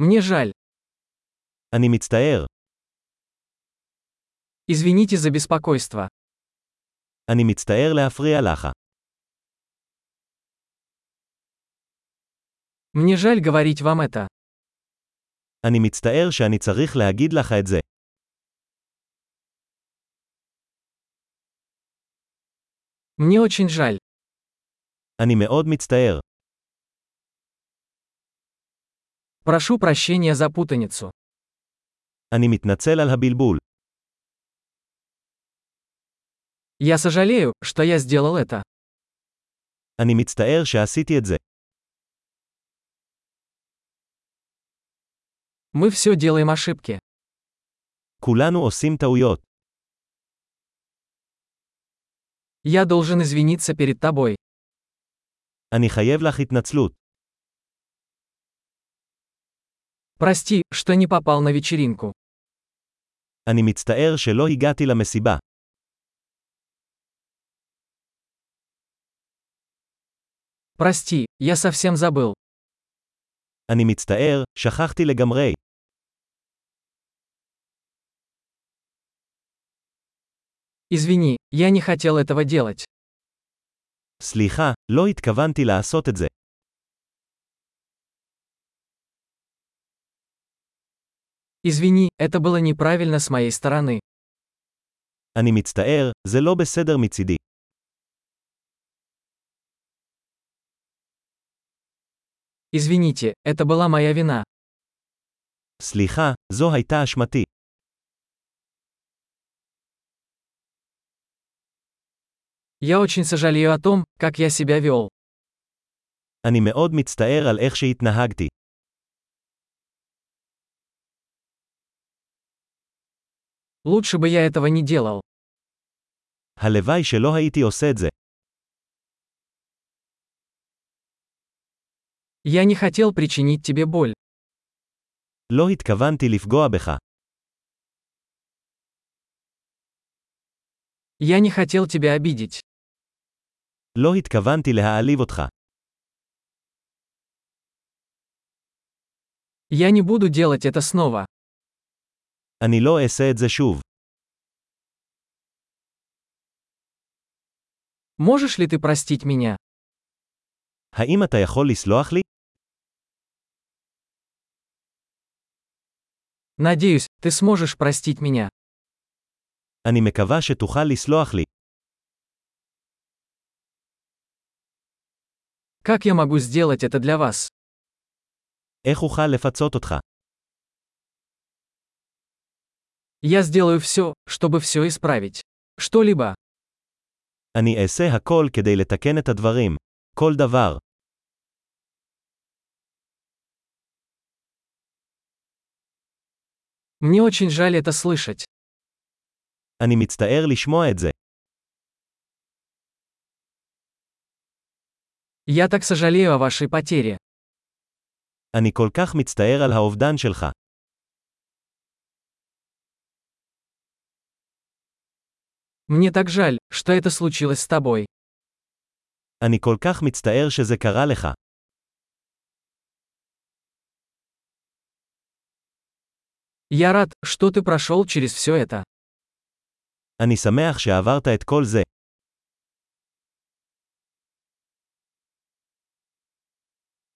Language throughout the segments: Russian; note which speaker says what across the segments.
Speaker 1: Мне жаль.
Speaker 2: אני מצטער.
Speaker 1: Извините за беспокойство.
Speaker 2: אני מצטער להפריע לך.
Speaker 1: Мне жаль говорить вам это.
Speaker 2: אני מצטער שאני צריך להגיד לך את זה.
Speaker 1: Мне очень жаль.
Speaker 2: אני מאוד מצטער.
Speaker 1: Прошу прощения за путаницу.
Speaker 2: אני מתנצל על הבלבול.
Speaker 1: Я сожалею, что я сделал это.
Speaker 2: אני מצטער שעשיתי את זה.
Speaker 1: Мы все делаем ошибки.
Speaker 2: כולנו עושים טעויות.
Speaker 1: Я должен извиниться перед тобой.
Speaker 2: אני חייב לך התנצלות.
Speaker 1: Прости, что не попал на вечеринку.
Speaker 2: אני מצטער שלא הגעתי למסיבה.
Speaker 1: Прости, я совсем забыл.
Speaker 2: אני מצטער, שכחתי לגמרי.
Speaker 1: Извини, я не хотел этого делать.
Speaker 2: סליחה, לא התכוונתי לעשות את זה.
Speaker 1: Извини, это было неправильно с моей стороны.
Speaker 2: אני מצטער, זה לא בסדר מצידי.
Speaker 1: Извините, это была моя вина.
Speaker 2: סליחה, זו הייתה אשמתי.
Speaker 1: Я очень сожалею о том, как я себя вел.
Speaker 2: אני מאוד מצטער על איך שהתנהגתי.
Speaker 1: Лучше бы я этого не делал.
Speaker 2: הלוואי שלא הייתי עושה את זה.
Speaker 1: Я не хотел причинить тебе боль.
Speaker 2: לא התכוונתי לפגוע בך.
Speaker 1: Я не хотел тебя обидеть.
Speaker 2: לא התכוונתי להעליב אותך.
Speaker 1: Я не буду делать это снова.
Speaker 2: אני לא אעשה את זה שוב.
Speaker 1: Можешь ли ты простить меня?
Speaker 2: האם אתה יכול לסלוח לי?
Speaker 1: Надеюсь, ты сможешь простить меня.
Speaker 2: אני מקווה שתוכל לסלוח לי.
Speaker 1: Как я могу сделать это для вас?
Speaker 2: איך אוכל לפצות אותך?
Speaker 1: Я сделаю все, чтобы все исправить. Что-либо.
Speaker 2: אני אעשה הכל כדי לתקן את הדברים. כל דבר.
Speaker 1: Мне очень жаль это слышать.
Speaker 2: אני מצטער לשמוע את זה.
Speaker 1: Я так сожалею о вашей потере.
Speaker 2: אני כל כך מצטער על האובדן שלך.
Speaker 1: Мне так жаль, что это случилось с тобой.
Speaker 2: אני כל כך מצטער שזה קרה לך.
Speaker 1: Я рад, что ты прошел через все это.
Speaker 2: אני שמח שעברת את כל זה.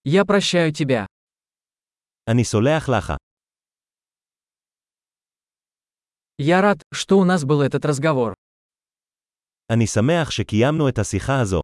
Speaker 1: Я прощаю тебя.
Speaker 2: אני סולח לך.
Speaker 1: Я рад, что у нас был этот разговор.
Speaker 2: אני שמח שקיימנו את השיחה הזו.